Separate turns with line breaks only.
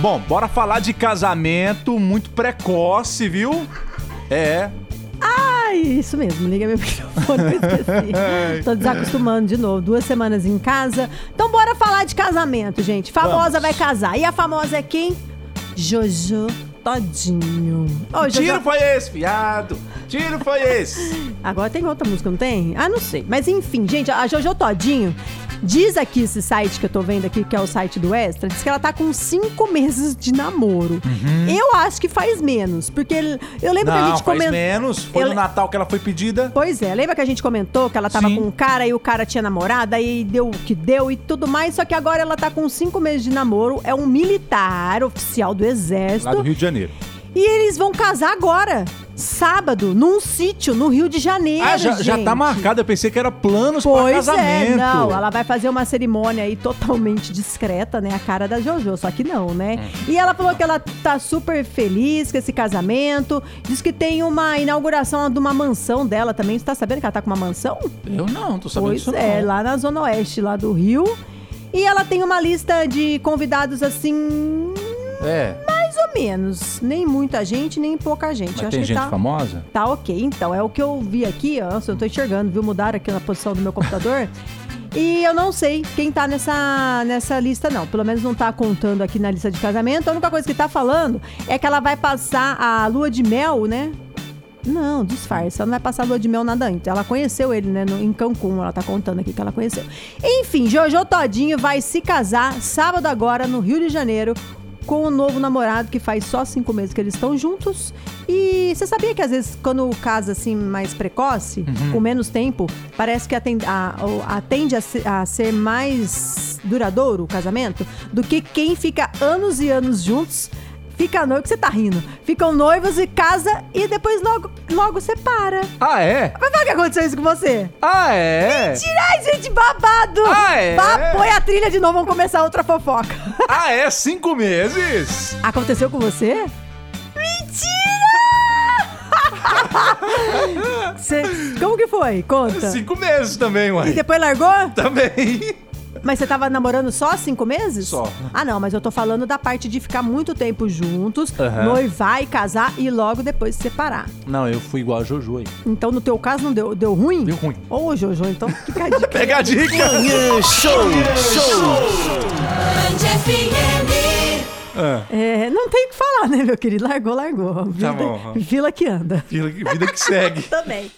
Bom, bora falar de casamento muito precoce, viu? É.
Ai, É isso mesmo, liga meu microfone, eu esqueci. Tô desacostumando de novo. Duas semanas em casa. Então, bora falar de casamento, gente. Famosa
Vamos.
vai casar. E a famosa é quem? Jojo Todinho. Ô, Jojo-
Tiro foi esse, fiado. Tiro foi esse.
Agora tem outra música, não tem? Ah, não sei. Mas enfim, gente, a Jojo Todinho diz aqui esse site que eu tô vendo aqui, que é o site do Extra, diz que ela tá com cinco meses de namoro. Eu acho que faz menos, É porque eu lembro que a
Uhum. Não,
gente
faz
comentou.
menos. Foi
Eu-
no Natal que ela foi pedida.
Pois é, lembra que a gente comentou que ela tava
Sim.
com um cara e o cara tinha namorada e deu o que deu e tudo mais, só que agora ela tá com cinco meses de namoro, é um militar oficial do
Lá do
exército
Rio de Janeiro.
e eles vão casar agora, sábado, num sítio no Rio de Janeiro.
Ah, já, já tá
gente.
marcado. Eu pensei que era planos pra
Pois
casamento.
é, não, ela vai fazer uma cerimônia aí totalmente discreta, né? A cara da Jojo, só que não, né?
Hum.
E ela falou que ela tá super feliz com esse casamento, diz que tem uma inauguração de uma mansão dela também. Você tá sabendo que ela tá com uma mansão?
Eu não, tô sabendo
Pois
disso
é,
não.
lá na Zona Oeste, lá do Rio. E ela tem uma lista de convidados assim.
É,
Mais ou menos. Nem muita gente, nem pouca gente.
mas
Eu
tem
acho que
gente
tá,
famosa?
tá ok. Então, é o que eu vi aqui. ó. Nossa, eu tô enxergando, viu? Mudaram aqui na posição do meu computador. E eu não sei quem tá nessa, nessa lista, não. Pelo menos não tá contando aqui na lista de casamento. A única coisa que tá falando é que ela vai passar a lua de mel, né? Não, disfarça. Ela não vai passar lua de mel nada antes. Ela conheceu ele, né? no- em Cancún, ela tá contando aqui que ela conheceu. Enfim, Jojo Todinho vai se casar sábado agora no Rio de Janeiro com o novo namorado que faz só cinco meses que eles estão juntos. E você sabia que às vezes quando casa assim mais precoce,
Uhum.
com menos tempo, parece que aten- a- o- atende, a, se- a ser mais duradouro o casamento do que quem fica anos e anos juntos Fica noivo que você tá rindo. Ficam noivos e casa e depois logo, logo separa.
Ah, é?
Mas vai que aconteceu isso com você?
Ah, é?
Tirai, gente, babado!
Ah, é?
Ba- Põe a trilha de novo, vamos começar outra fofoca.
Ah, é? Cinco meses?
Aconteceu com você? Mentira! Cê- como que foi? Conta.
Cinco meses também,
E
uai.
depois largou?
Também.
Mas você tava namorando só cinco meses?
Só.
Ah, não, mas eu tô falando da parte de ficar muito tempo juntos,
Aham.
noivar e casar e logo depois separar.
Não, eu fui igual a Jojo aí.
Então, no teu caso, não deu, deu ruim?
Deu ruim.
Ô, Jojo, então fica a dica.
Pega a dica. Ah,
É, não tem o que falar, né, meu querido? Largou, largou. Vida,
Tá bom.
Vila que anda.
vida que segue.
Também.